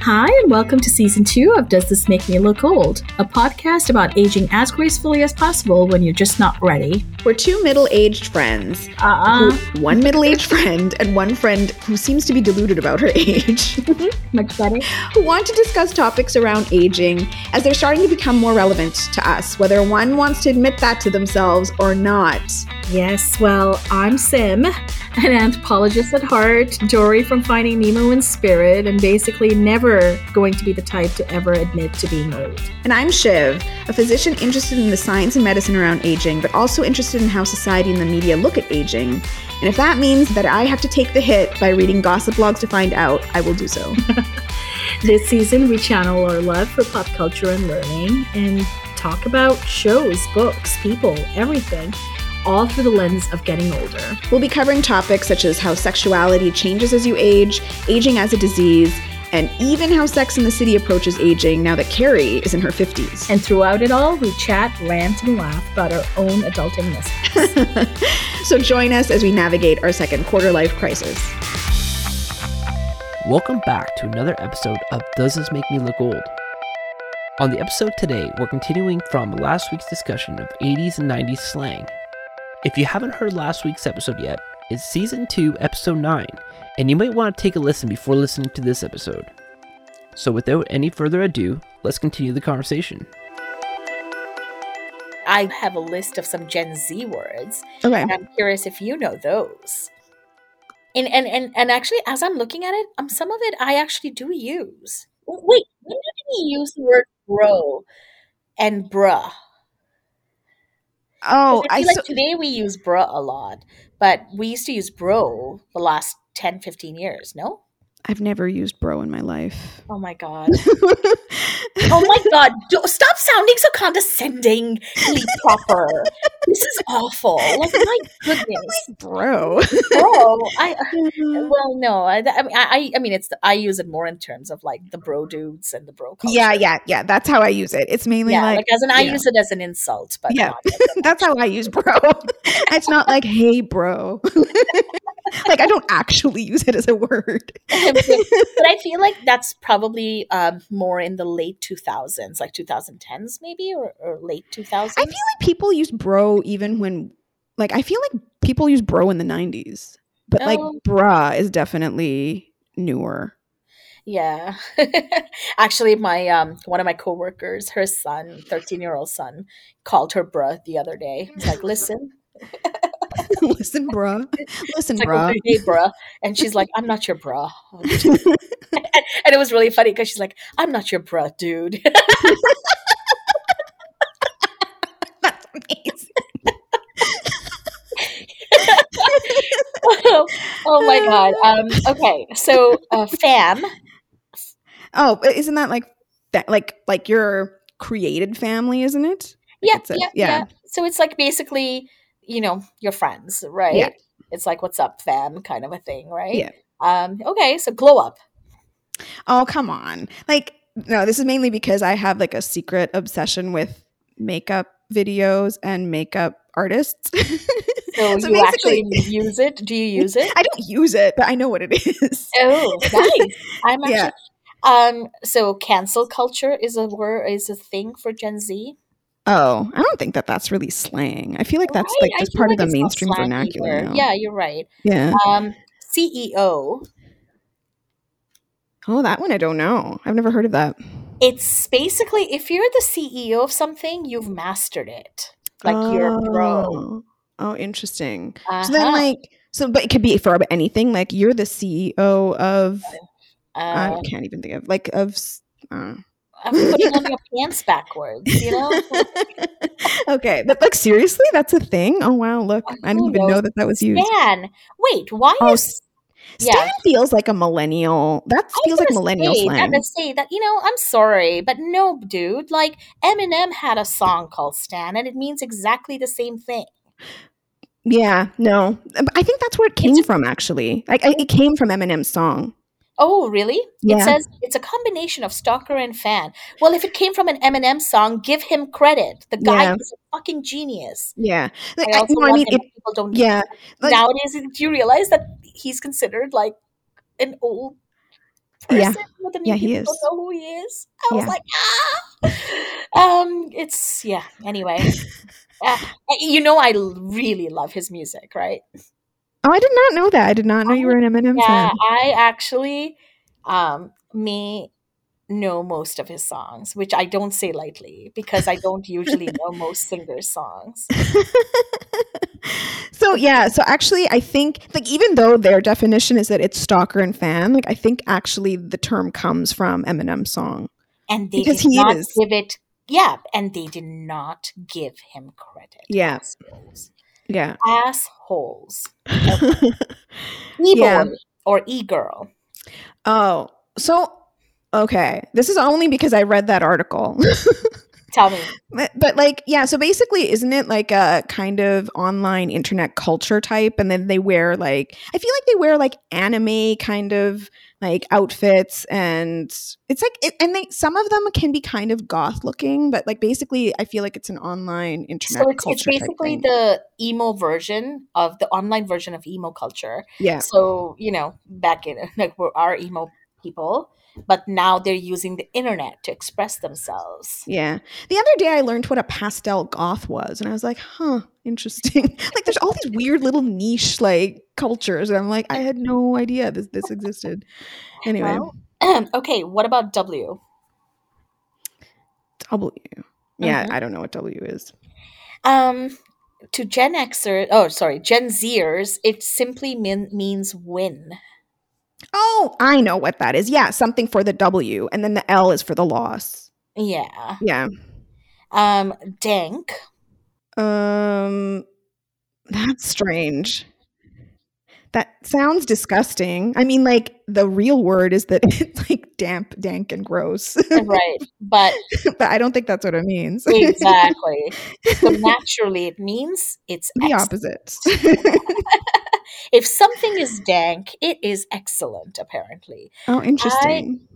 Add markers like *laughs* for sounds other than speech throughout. Hi, and welcome to season two of Does This Make Me Look Old? A podcast about aging as gracefully as possible when you're just not ready. We're two middle aged friends. Uh uh who- One middle aged friend and one friend who seems to be deluded about her *laughs* age, Much better. who want to discuss topics around aging as they're starting to become more relevant to us, whether one wants to admit that to themselves or not. Yes, well, I'm Sim, an anthropologist at heart, Dory from Finding Nemo in spirit, and basically never going to be the type to ever admit to being old. And I'm Shiv, a physician interested in the science and medicine around aging, but also interested in how society and the media look at aging. And if that means that I have to take the hit by reading gossip blogs to find out, I will do so. This season, we channel our love for pop culture and learning and talk about shows, books, people, everything, all through the lens of getting older. We'll be covering topics such as how sexuality changes as you age, aging as a disease, and even how Sex in the City approaches aging now that Carrie is in her 50s. And throughout it all, we chat, rant, and laugh about our own adulting mishaps. So join us as we navigate our second quarter life crisis. Welcome back to another episode of Does This Make Me Look Old? On the episode today, we're continuing from last week's discussion of 80s and 90s slang. If you haven't heard last week's episode yet, it's season 2, episode 9, and you might want to take a listen before listening to this episode. So, without any further ado, let's continue the conversation. I have a list of some Gen Z words, Okay. and I'm curious if you know those. And and and, and actually, as I'm looking at it, um, some of it I actually do use. W- Wait, when did we use the word bro and bruh? 'Cause Oh, I I feel like so, today we use bruh a lot, but we used to use bro the last 10, 15 years, no? I've never used bro in my life. Oh my god. Oh my god, do- stop sounding so condescendingly proper. this is awful. Like my *laughs* goodness. *laughs* bro. Bro, I Well, no, I, I mean, I, I mean, it's the, I use it more in terms of like the bro dudes and the bro. Culture. yeah, yeah, yeah. That's how I use it. It's mainly yeah. Like, like, as an, I yeah. use it as an insult, but Yeah. not *laughs* as an *laughs* that's how I use bro. it's not like hey bro. *laughs* like I don't actually use it as a *laughs* word. actual- but I feel like that's probably um, more in the late two thousands, like two thousand tens, maybe or, or late two I thousands. feel like people use bro even when, like, I feel like people use bro in the 90s, but like Oh. bruh is definitely newer. *laughs* Yeah. *laughs* Actually, my um one of my coworkers, her son, 13-year-old son, called her bruh the other day. He's like, "Listen." Listen, bruh. Listen, *laughs* It's like, bruh. "Okay, hey, bruh. And she's like, "I'm not your bruh." *laughs* and, and it was really funny cuz she's like, "I'm not your bruh, dude." *laughs* That's *laughs* amazing. oh my god. Um okay. So, uh, fam, Oh, but isn't that like that? Like, like your created family, isn't it? yeah, It's a- yeah, yeah. yeah, So it's like basically, you know, your friends, right? Yeah. It's like what's up, fam, kind of a thing, right? Yeah. Um okay, so glow up. Oh, come on. Like, no, this is mainly because I have like a secret obsession with makeup videos and makeup artists. *laughs* So, So you basically- *laughs* actually use it? Do you use it? I don't use it, but I know what it *laughs* is. Oh, nice. I'm actually *laughs* Yeah. um so cancel culture is a word is a thing for Gen Z. Oh, I don't think that that's really slang. I feel like that's Right? like I just feel part like of the it's not mainstream slang vernacular. either. Now. Yeah, you're right. Yeah. Um CEO. Oh, that one I don't know. I've never heard of that. It's basically if you're the CEO of something, you've mastered it. Like you're a pro. Oh. Oh, interesting. So Uh-huh. then, like, so but it could be for anything. Like you're the CEO of I Um, can't even think of like of. s- Uh. I'm putting on your pants backwards, you *laughs* know? okay, but like seriously, that's a thing. Oh wow, look, I didn't Who even know knows? that that was used. Stan. Wait, why Oh, is Stan yeah. feels like a millennial. That I was feels like gonna millennial say, slang. That, to say that you know, I'm sorry, but no, dude. Like Eminem had a song called "Stan," and it means exactly the same thing. Yeah, no. Um, I think that's where it came It's- from, actually. Like, I, it came from Eminem's song. Oh, really? It Yeah. says it's a combination of stalker and fan. Well, if it came from an Eminem song, give him credit. The guy Yeah. is a fucking genius. Yeah. Like, I I, also no, I love mean, him. it, people don't. yeah. like- nowadays, do you realize that he's considered like an old Yeah. person with an Yeah, he Don't is. know who he is. I was Yeah. like, ah. Um, it's yeah. Anyway, uh, you know, I l- really love his music, right? Oh, I did not know that. I did not know you were an Eminem Yeah, fan. I actually um, may know most of his songs, which I don't say lightly because I don't usually know most singers' songs. *laughs* so yeah, so actually I think like even though their definition is that it's stalker and fan, like I think actually the term comes from Eminem song. And they Because did he not is. give it, yeah, and they did not give him credit. Yeah. Assholes. Yeah. Assholes. E boy Yeah. or e girl. oh. So okay. This is only because I read that article. Tell me. But, but like, yeah, so basically, isn't it like a kind of online internet culture type? And then they wear like, I feel like they wear like anime kind of like outfits. And it's like, it, and they, some of them can be kind of goth looking, but like basically, I feel like it's an online internet So it's, it's culture. type basically thing. the emo version of the online version of emo culture. yeah. So, you know, back in *laughs* like we're our emo people, but now they're using the internet to express themselves. *clears throat* Yeah. The other day I learned what a pastel goth was and I was like, huh, interesting. *laughs* like there's all these weird little niche like cultures. And I'm like, I had no idea this this existed. Anyway. Well, okay, what about W? W. Yeah, I don't know what W is. Um, to Gen Xer, oh, sorry, Gen Zers, it simply mean, means win. Oh, I know what that is. Yeah, something for the W, and then the L is for the loss. Yeah. Yeah. Um, dank. Um, that's strange. That sounds disgusting. I mean, like the real word is that *laughs* it's like damp, dank, and gross, *laughs* right. But but I don't think that's what it means. *laughs* exactly. so naturally, it means it's the ex- opposite. *laughs* if something is dank, it is excellent, apparently. oh, interesting.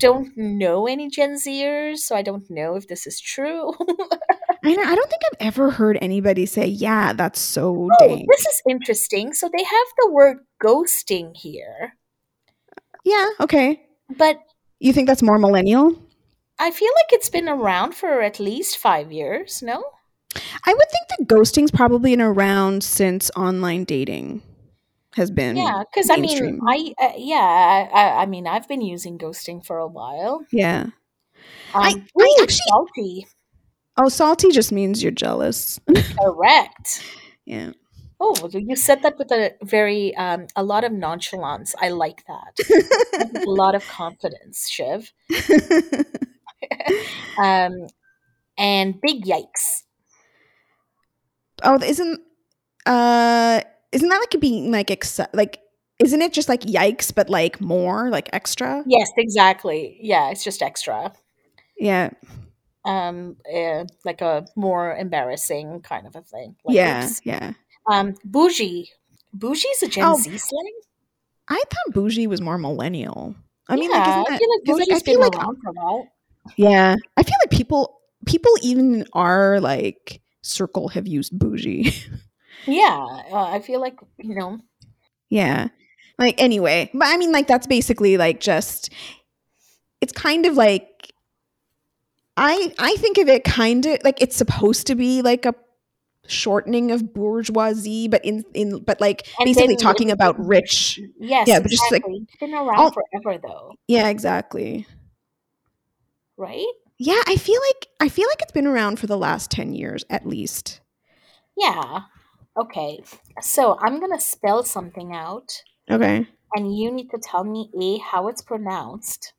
don't know any Gen Zers, so I don't know if this is true. *laughs* I, know, I don't think I've ever heard anybody say, "Yeah, that's so oh, dank." this is interesting. So they have the word ghosting here, Yeah. Okay. but You think that's more millennial? I feel like it's been around for at least five years, no? I would think that ghosting's probably been around since online dating has been. yeah, because I mean, mainstream. I uh, yeah, I, I, I mean, I've been using ghosting for a while. Yeah. Um, I- I ooh, actually- salty. Oh, salty just means you're jealous. correct. *laughs* Yeah. Oh, well, you said that with a very um, a lot of nonchalance. I like *laughs* that. a lot of confidence, Shiv. Um, and big yikes. oh, isn't uh isn't that like being like exce- like isn't it just like yikes but like more like extra? Yes, exactly. Yeah, it's just extra. Yeah. Um, uh, like a more embarrassing kind of a thing. Like, yeah. oops. Yeah. Um, bougie. Bougie's a Gen Oh. Z slang. I thought bougie was more millennial. I mean, yeah, like, I isn't that, feel like 'cause, bougie's I feel been like around for a while. Yeah. I feel like people people even in our like circle have used bougie. Yeah, uh, I feel like you know. yeah. Like anyway, but I mean like that's basically like just it's kind of like I I think of it kind of like it's supposed to be like a shortening of bourgeoisie but in in but like And basically then- talking about rich. Yes, Yeah, yeah, but just, like, exactly. it's been around all- forever though, Yeah, exactly. right? Yeah, I feel like I feel like it's been around for the last 10 years at least. Yeah. Okay. So I'm gonna spell something out, Okay. and you need to tell me a how it's pronounced.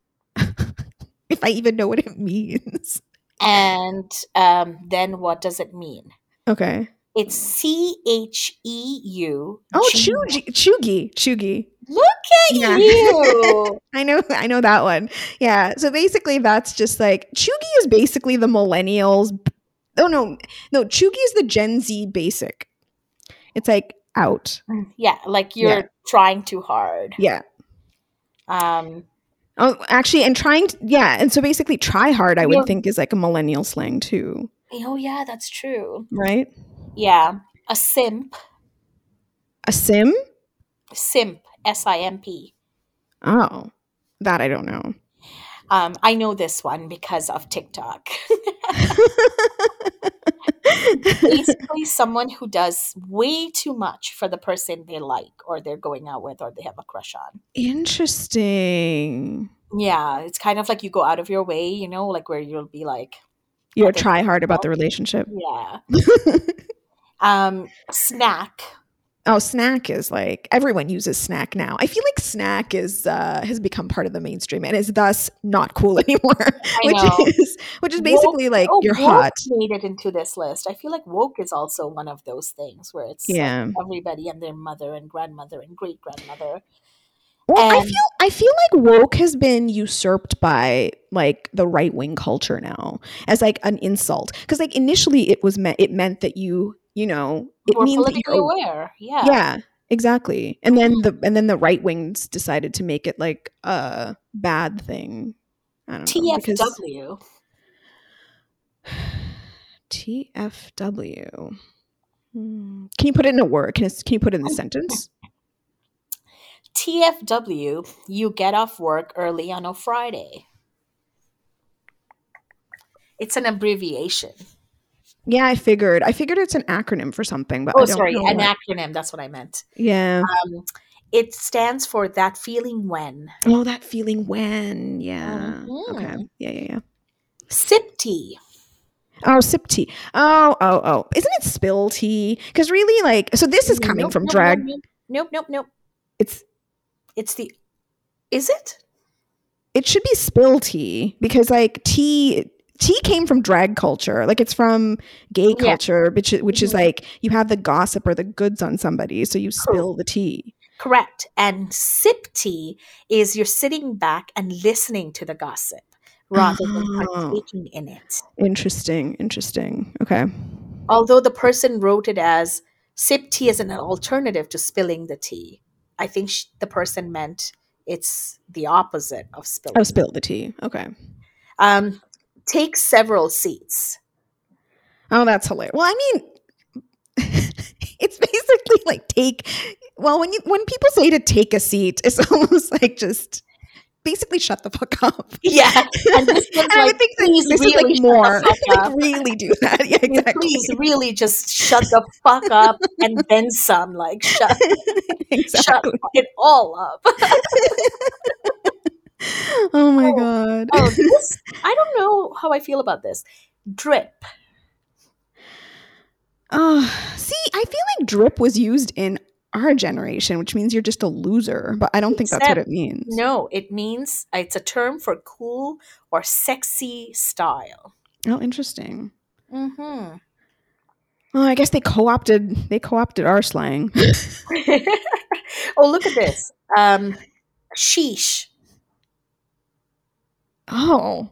If I even know what it *laughs* means. and um, then what does it mean? Okay. It's C H E U. Oh, G- Chugi, Chugi, Chugi. Look at Yeah. you! I know, *laughs* I know that one. Yeah. So basically, that's just like Chugi is basically the millennials. Oh no, no, Chugi is the Gen Z basic. It's like out. yeah, like you're trying too hard. Yeah. Um, Oh, actually, and trying. To, yeah, and so basically, try hard. I would Yeah. think is like a millennial slang too, oh yeah, that's true. right? Yeah, a simp, A sim. simp, S I M P. Oh, That I don't know. *laughs* Um, I know this one because of TikTok. Basically, someone who does way too much for the person they like or they're going out with or they have a crush on. Interesting. Yeah, it's kind of like you go out of your way, you know, like where you'll be like, You're Okay. try hard about the relationship. *laughs* yeah. um, snack. Oh, snack is like everyone uses snack now. I feel like snack is uh has become part of the mainstream and is thus not cool *laughs* anymore. which know. is which is Woke- basically like Oh, you're woke hot. made it into this list. I feel like woke is also one of those things where it's like, Yeah. everybody and their mother and grandmother and great grandmother. Well, I And- feel I feel like woke has been usurped by like the right wing culture now as like an insult because like initially it was meant it meant that you you know it Who are means that politically you're aw- aware. Yeah. yeah exactly and then the and then the right wings decided to make it like a bad thing. I don't know because TFW. TFW. Hmm. Can you put it in a word? Can it, can you put it in a sentence? TFW, you get off work early on a Friday. It's an abbreviation. Yeah, I figured. I figured it's an acronym for something, but I Oh, don't sorry, know an what. acronym. That's what I meant. yeah. Um, it stands for that feeling when. Oh, that feeling when. Yeah. Okay. Mhm. Yeah, yeah, yeah. Sip tea. Oh, sip tea. Oh, oh, oh. Isn't it spill tea? Because really, like, so this is coming Nope, from nope, drag. Nope, nope, nope, nope. It's It's the. Is it? it should be spill tea because like tea tea came from drag culture like it's from gay Yeah. culture which i- which is Mhm. like you have the gossip or the goods on somebody so you spill the tea Correct. And sip tea is you're sitting back and listening to the gossip rather than Oh. partaking in it. interesting interesting okay Although the person wrote it as sip tea is an alternative to spilling the tea. I think sh- the person meant it's the opposite of spilling. oh spill the tea okay Um, take several seats. oh that's hilarious well i mean *laughs* it's basically like take well when you when people say to take a seat it's *laughs* almost like just basically shut the fuck up *laughs* Yeah. And this was *laughs* And I like, would think that please this really is shut like the more. fuck like up. *laughs* really do that. *laughs* Yeah, "You exactly. please really just shut the fuck up and then some. Like, shut, exactly. shut it all up. Oh my Oh, god. *sighs* Oh, this, I don't know how I feel about this. Drip. Oh, see, I feel like drip was used in our generation, which means you're just a loser. But I don't think that's what Except- it means. No, it means it's a term for cool or sexy style. Oh, interesting. Mm-hmm. Oh, I guess they co-opted. They co-opted our slang. *laughs* oh, look at this. Um, sheesh. oh,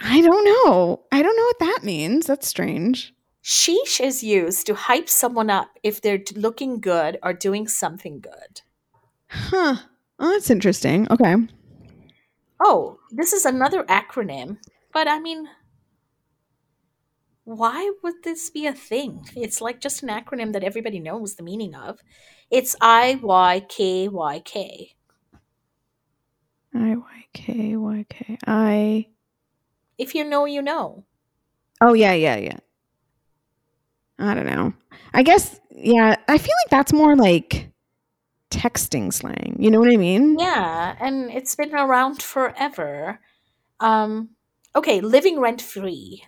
I don't know. I don't know what that means. That's strange. Sheesh is used to hype someone up if they're d- looking good or doing something good. Huh. Oh, that's interesting. Okay. Oh, this is another acronym, but I mean, why would this be a thing? It's like just an acronym that everybody knows the meaning of. It's I Y K Y K. I y k y k i. If you know, you know. Oh yeah, yeah, yeah. I don't know. I guess yeah, I feel like that's more like texting slang. You know what I mean? Yeah, and it's been around forever. Um, okay, living rent free.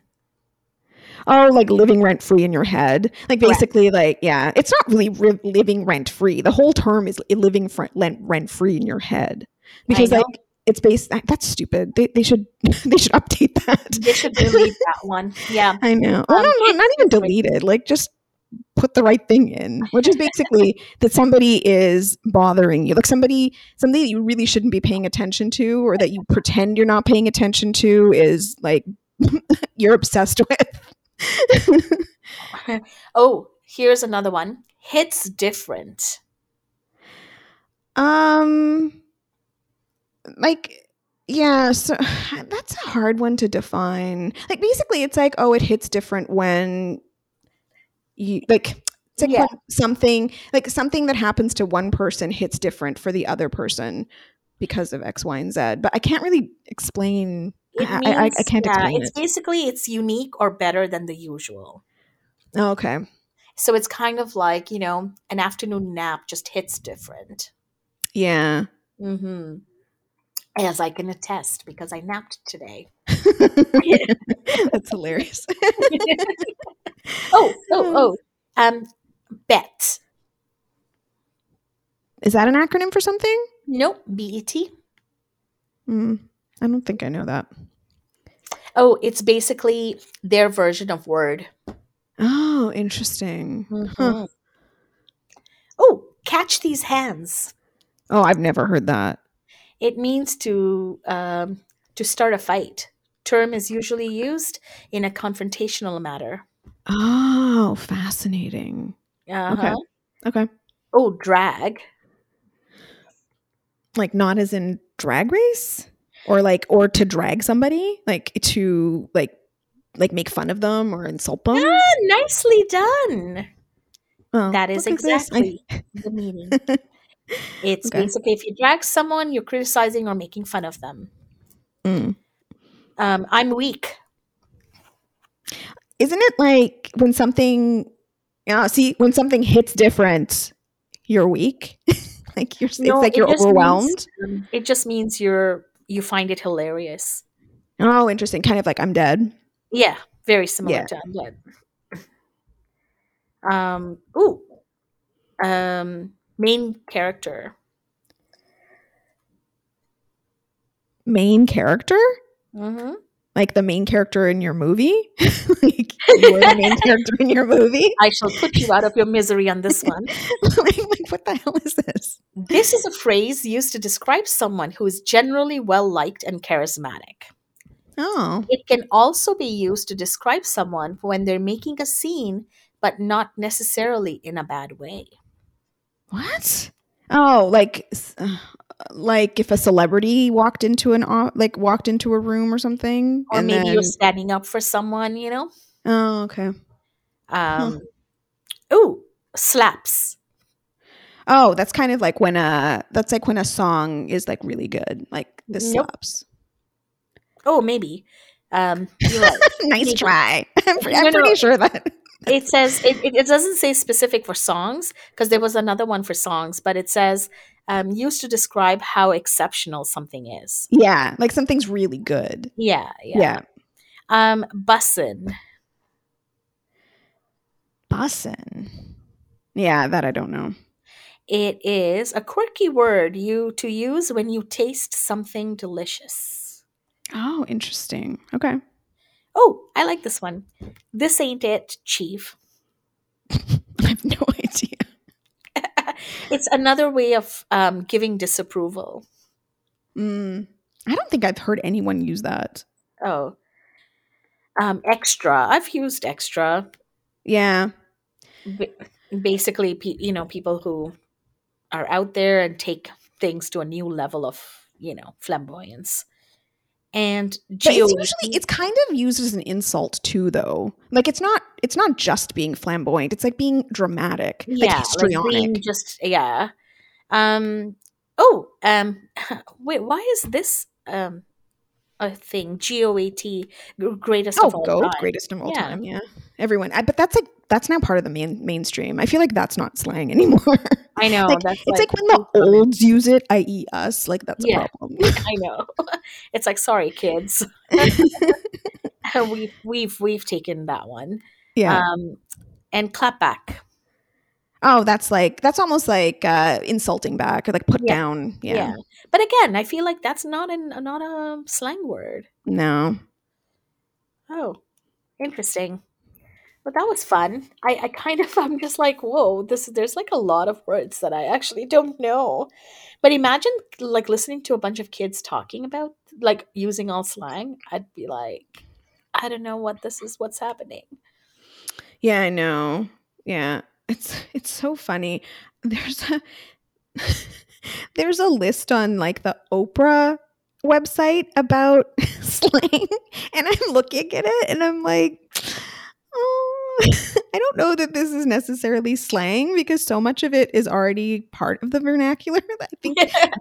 Oh, like living rent free in your head. Like Correct. basically like yeah, it's not really ri living rent free. The whole term is living fr- rent free in your head. Because know. like it's based that- that's stupid. They they should *laughs* they should update that. They should delete that one. Yeah. I know. Oh, Um, no, no, it's not even different. deleted. Like just put the right thing in, which *laughs* is basically that somebody is bothering you, like somebody something that you really shouldn't be paying attention to, or that you pretend you're not paying attention to, is like *laughs* you're obsessed with. *laughs* Oh, here's another one. Hits different. um, like yeah, so *sighs* that's a hard one to define. Like basically, it's like oh, it hits different when you like it's like Yeah. when something like something that happens to one person hits different for the other person because of X, Y, and Z. But I can't really explain. It I, I, I means- can't yeah, explain it's it. basically it's unique or better than the usual. Oh, Okay. So it's kind of like, you know, an afternoon nap just hits different. Yeah. *laughs* Mm-hmm. As I can attest, because I napped today. *laughs* That's hilarious. Oh, oh, oh. Um, bet. Is that an acronym for something? Nope, E BET. Hmm. I don't think I know that. Oh, it's basically their version of Word. Oh, interesting. Mm-hmm. Mhm. *laughs* Oh, catch these hands. Oh, I've never heard that. It means to um, to start a fight. Term is usually used in a confrontational matter. Oh, fascinating. Uh-huh. Okay. Oh, drag. Like not as in drag race or like or to drag somebody, like to like like make fun of them or insult them. Ah, nicely done. Oh, That is look at this. I- exactly the meaning. It's Okay. basically if you drag someone, you're criticizing or making fun of them. *laughs* Mm. Um, I'm weak. Isn't it like when something yeah, see, when something hits different, you're weak? *laughs* like you're No, it's like it you're just means- overwhelmed. Mm. It just means you're you find it hilarious. Oh, interesting. Kind of like I'm dead. Yeah, very similar Yeah. to I'm dead. Um, ooh, um, main character. Main character? Mm-hmm. Like the main character in your movie? *laughs* like you're the main character in your movie? *laughs* I shall put you out of your misery on this one. like, like, what the hell is this? This is a phrase used to describe someone who is generally well liked and charismatic. Oh. It can also be used to describe someone when they're making a scene, but not necessarily in a bad way. What? Oh, like s- uh, like if a celebrity walked into an o- like walked into a room or something Or and maybe then- you're standing up for someone, you know? Oh, okay. Hmm. Um, Ooh, slaps. Oh, that's kind of like when a that's like when a song is like really good. Like this Nope. slaps. Oh, maybe. Um, you're right. *laughs* nice Maybe. try. *laughs* I'm, pre- I'm No, no. pretty sure that. *laughs* it says it, it, it doesn't say specific for songs because there was another one for songs, but it says um, used to describe how exceptional something is. Yeah, like something's really good. Yeah, yeah. Yeah. Um, bussin. Bussin. Yeah, that I don't know. It is a quirky word you to use when you taste something delicious. Oh, interesting. *laughs* Okay. Oh, I like this one. This ain't it, chief. I have no idea. It's another way of um, giving disapproval. Mm, I don't think I've heard anyone use that. Oh, um, extra. I've used extra. Yeah. Ba- Basically, pe- you know, people who are out there and take things to a new level of, you know, flamboyance. And But GOAT. it's usually it's kind of used as an insult too though. Like it's not it's not just being flamboyant, it's like being dramatic. like histrionic. being just yeah. Um. Oh. Um. *laughs* Wait. Why is this um a thing? G O A T. Greatest. oh, of all goat, time. greatest of all Yeah. time. Yeah. Everyone. I, but that's like that's now part of the main mainstream. I feel like that's not slang *laughs* anymore. I know. like, Oh, that's it's like when the *laughs* olds use it, i.e. us, like that's Yeah. a problem. *laughs* I know. *laughs* it's like sorry, kids. *laughs* we've we've we've taken that one. yeah. Um. And clap back. oh, that's like that's almost like uh insulting back or like put Yeah. down. Yeah. But again, I feel like that's not an not a slang word. No. Oh, interesting. But that was fun. I, I kind of *laughs* I'm just like, whoa, this there's like a lot of words that I actually don't know. But imagine like listening to a bunch of kids talking about like using all slang. I'd be like, I don't know what this is, what's *laughs* happening. Yeah, I know. Yeah. It's it's so funny. There's a *laughs* there's a list on like the Oprah website *laughs* about slang and I'm looking at it and I'm like, oh, *laughs* I don't know that this is necessarily slang because so much of it is already part of the vernacular. that I think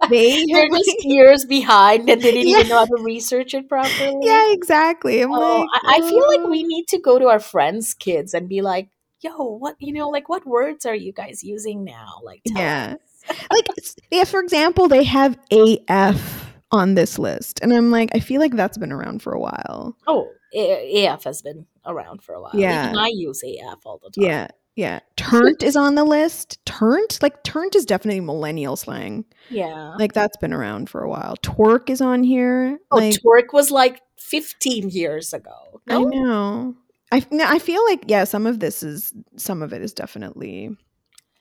they *laughs* They're have like- *laughs* just years behind and they didn't Yeah. even know how to research it properly. *laughs* yeah, exactly. I'm Oh, like, I, I feel uh, like we need to go to our friends' kids and be like, yo, what, you know, like what words are you guys using now? Like, tell Yeah. us. like s- yeah for example they have af on this list and i'm like i feel like that's been around for a while Oh, A- AF has been around for a while. Yeah. Even I use AF all the time. yeah yeah turnt is on the list turnt like turnt is definitely millennial slang Yeah. like that's been around for a while twerk is on here Oh, like twerk was like 15 years ago. i Oh, No? know I, f- no, I feel like yeah some of this is some of it is definitely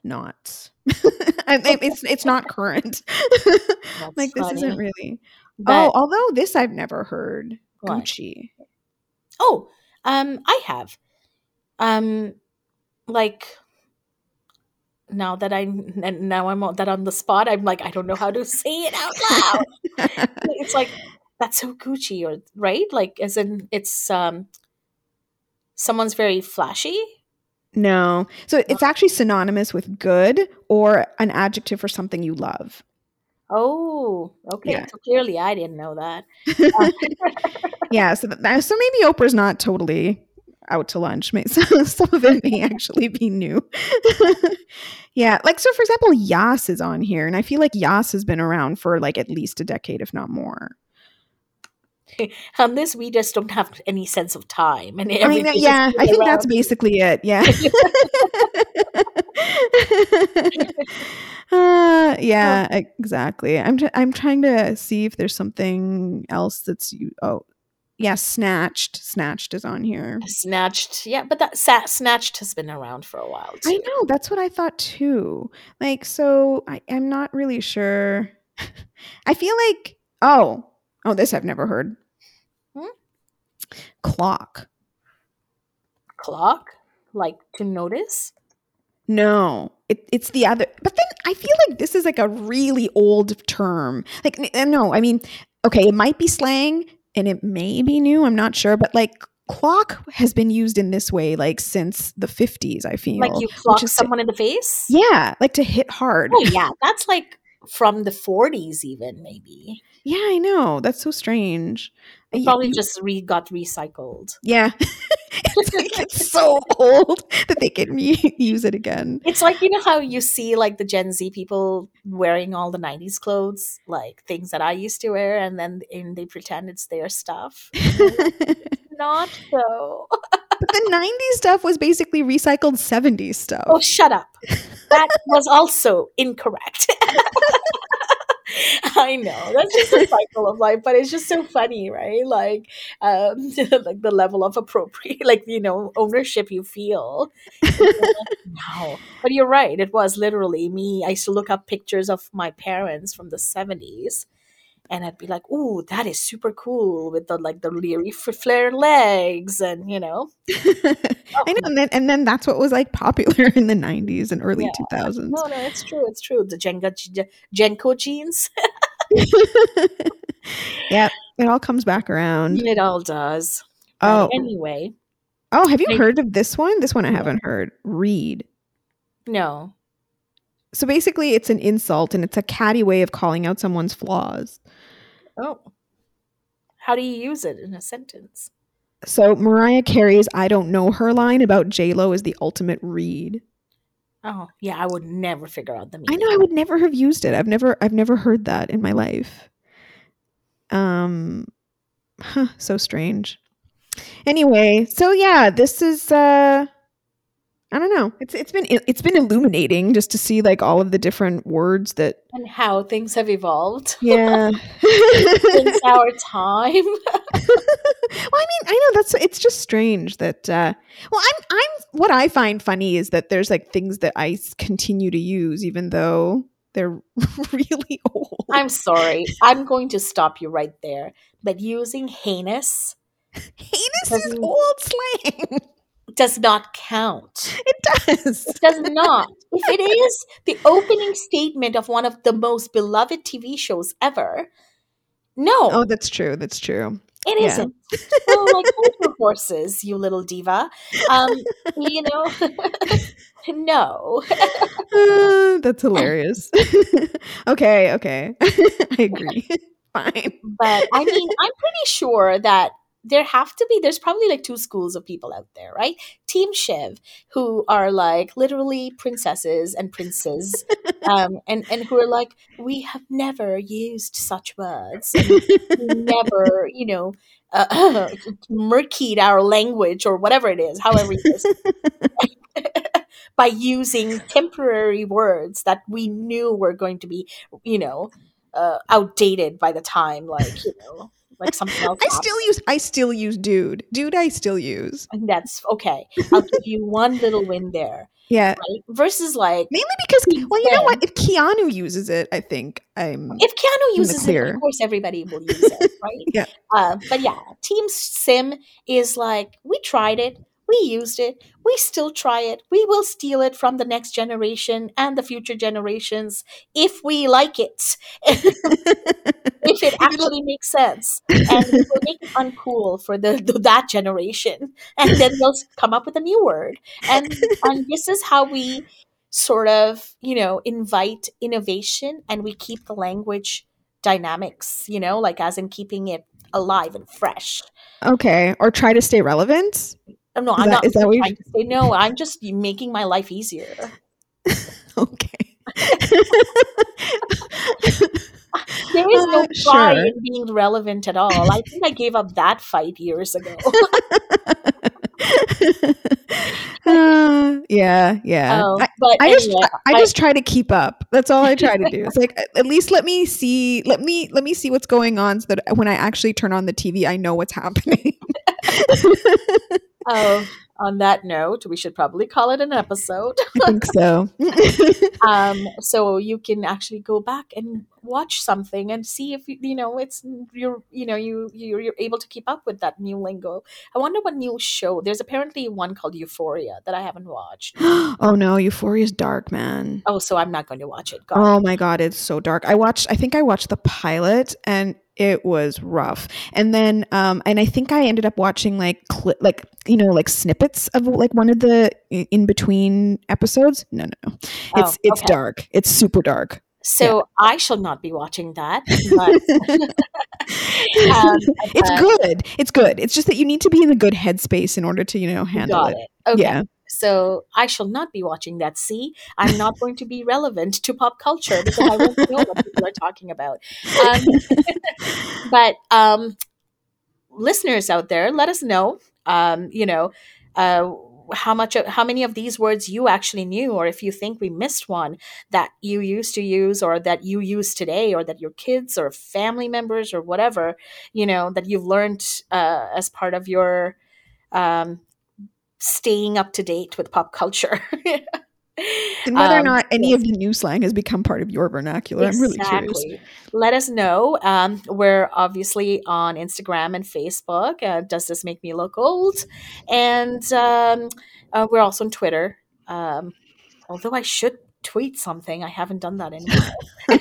not *laughs* I, I- it's it's not current *laughs* That's like this isn't funny. really oh But- although this i've never heard What? gucci Oh, um, I have. Um, like now that I'm n- now I'm on, that on the spot, I'm like I don't know how to say it out loud. it's like that's so Gucci, or right? Like as in it's um, someone's very flashy. No. So it's actually synonymous with good or an adjective for something you love. *laughs* Oh, okay. Yeah. So clearly, I didn't know that. Yeah. So that, so maybe Oprah's not totally out to lunch. May- *laughs* so- Some of it may actually be new. *laughs* yeah. Like so, for example, Yas is on here, and I feel like Yas has been around for like at least a decade, if not more. On Um, this, we just don't have any sense of time, and I mean, everything. is yeah. I think around. that's basically it. *laughs* Yeah. *laughs* uh, yeah, Oh. exactly. I'm tr- I'm trying to see if there's something else that's you. Oh, yeah, snatched. Snatched is on here. snatched. Yeah, but that sa- snatched has been around for a while too. I know. That's what I thought too. Like, so I, I'm not really sure. *laughs* I feel like oh oh this I've never heard. Hmm? Clock. clock like to notice No, it, it's the other. But then I feel like this is like a really old term. Like, n- uh, no, I mean, okay, it might be slang and it may be new. I'm not sure. But like, clock has been used in this way like since the 50s, I feel. like you clock is- someone in the face yeah, like to hit hard. oh yeah that's like from the 40s even maybe Yeah, I know. That's so strange. it Ye- probably just re- got recycled Yeah. *laughs* it's like it's so old *laughs* that they can re- use it *laughs* again. it's like you know how you see like the gen z people wearing all the 90s clothes like things that i used to wear and then and they pretend it's their stuff not so But the 90s stuff was basically recycled 70s stuff. oh shut up that was also incorrect *laughs* I know that's just a cycle of life, but it's just so funny, right? Like, um, *laughs* like the level of appropriate, *laughs* like you know, ownership you feel. *laughs* No, but you're right. It was literally me. I used to look up pictures of my parents from the '70s, and I'd be like, "Ooh, that is super cool with the like the leery f- flare legs," and you know, *laughs* I know, and then and then that's what was like popular in the '90s and early Yeah. 2000s. No, no, it's true. It's true. The Jenga je- Jenko *laughs* jeans. *laughs* yeah, it all comes back around. it all does. Oh, But anyway, oh, have you I- heard of this one? This one I No. haven't heard. Read. no. So basically, it's an insult and it's a catty way of calling out someone's flaws. Oh, how do you use it in a sentence? So Mariah Carey's "I don't know her" line about J Lo is the ultimate read. Oh, yeah. I would never figure out the I meaning. know I would never have used it. I've never I've never heard that in my life. Um huh, so strange. Anyway, so yeah, this is uh I don't know. It's it's been it's been illuminating just to see like all of the different words that And how things have evolved yeah. *laughs* well, since *laughs* our time. I mean, I know that's it's just strange that uh well, I'm I'm what I find funny is that there's like things that I s- continue to use even though they're *laughs* really old. I'm sorry. I'm going to stop you right there. But using heinous Heinous is Doesn't- old slang. *laughs* does not count. It does. It does not. if it is the opening statement of one of the most beloved TV shows ever, no. Oh, that's true. That's true. It Yeah. isn't. So, like, hold your horses, you little diva. Um, you know, *laughs* no. Uh, that's hilarious. *laughs* okay, okay. *laughs* I agree. *laughs* Fine. But I mean, I'm pretty sure that there have to be, there's probably like two schools of people out there, right? Team Shiv, who are like literally princesses and princes, um, and, and who are like, we have never used such words. and we never, you know, uh, *clears throat* murkied our language or whatever it is, however it is, *laughs* by using temporary words that we knew were going to be, you know, uh, outdated by the time, like you know, like something else. I still happens. use I still use dude. Dude I still use. And that's okay. I'll give you one little win there. Yeah. Right? Versus like Mainly because well, you know what? If Keanu uses it, I think I'm if Keanu the uses it, clear. of course everybody will use *laughs* it, right? Yeah. Uh, but yeah, Team Sim is like we tried it, we used it, we still try it, we will steal it from the next generation and the future generations if we like *laughs* it, if it actually makes sense, and we will make it uncool for the, the that generation, and then they'll come up with a new word, and and this is how we sort of you know invite innovation and we keep the language dynamics you know like as in keeping it alive and fresh Okay. Or try to stay relevant. *laughs* Oh, no Is i'm that- not is that what you- trying to say no i'm just making my life easier *laughs* Okay. there is no Uh, pride sure. in being relevant at all i think i gave up that fight years ago Uh, yeah, *laughs* yeah. Um, I, but I just anyway, I, I just try to keep up. That's all I try to do. *laughs* It's like at least let me see let me let me see what's going on so that when I actually turn on the TV I know what's happening. *laughs* oh, on that note we should probably call it an episode I think so. *gasps* um, so you can actually go back and watch something and see if you, you know it's you're you know you you're, you're able to keep up with that new lingo. I wonder what new show. There's apparently one called Euphoria that I haven't watched. oh no, Euphoria's dark, man. Oh, so I'm not going to watch it. God. Oh my god, it's so dark. I watched I think I watched the pilot and it was rough. And then um and I think I ended up watching like cli like you know like snippets of like one of the in between episodes. No, no, no. It's Oh, it's okay. dark. It's super dark. So I shall not be watching that. But, um, It's but- good. It's good. It's just that you need to be in a good headspace in order to, you know, *laughs* handle Got it. it. Okay. Yeah. So I shall not be watching that. See, I'm not going to be relevant to pop culture because I won't know what people are talking about. Um, *laughs* but um, listeners out there, let us know. Um, you know. Uh, how much of, how many of these words you actually knew or if you think we missed one that you used to use or that you use today or that your kids or family members or whatever you know that you've learned uh, as part of your um, staying up to date with pop culture. *laughs* And whether or Um, not any yes. of the new slang has become part of your vernacular, I'm really curious. Let us know. Um, we're obviously on Instagram and Facebook. Uh, Does this make me look old? And um, uh, we're also on Twitter. Um, although I should tweet something, I haven't done that in a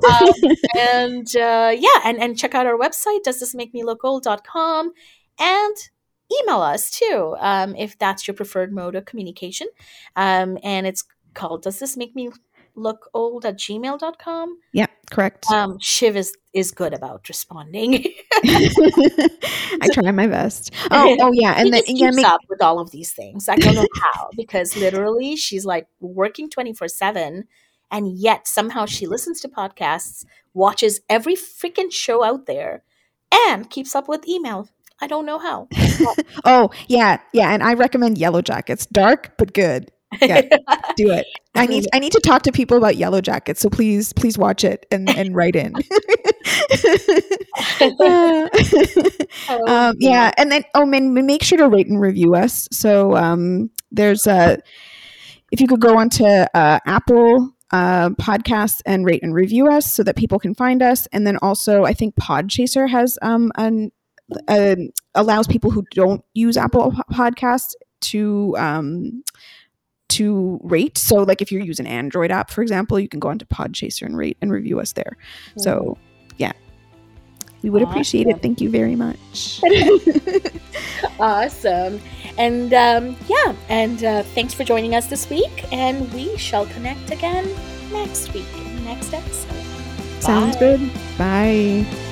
while. *laughs* um, and uh, yeah, and, and check out our website, does this make me look old.com, and email us too um, if that's your preferred mode of communication. Um, and it's called Does This Make Me Look Old at gmail.com. Yeah, correct. Um, Shiv is, is good about responding. *laughs* *laughs* I try my best. *laughs* Oh, oh yeah, and and then just yeah, keeps make, up with all of these things. I don't know how *laughs* because literally she's like working twenty four seven, and yet somehow she listens to podcasts, watches every freaking show out there, and keeps up with email. I don't know how. oh yeah, yeah, and I recommend Yellow Jackets. Dark but good. *laughs* Yeah, *laughs* do it. I need I need to talk to people about Yellow Jackets, so please please watch it and and *laughs* write in. *laughs* Uh, *laughs* So, um, yeah, and then oh man, m- make sure to rate and review us. So um, there's a if you could go onto uh, Apple uh, podcasts and rate and review us so that people can find us, and then also I think Podchaser has um an um allows people who don't use Apple po- Podcasts to um to rate. So like if you use an Android app, for example, you can go onto Podchaser and rate and review us there. So yeah. We would appreciate it. Thank you very much. Awesome. And um, yeah, and uh, thanks for joining us this week. And we shall connect again next week in the next episode. Sounds Bye. good. Bye.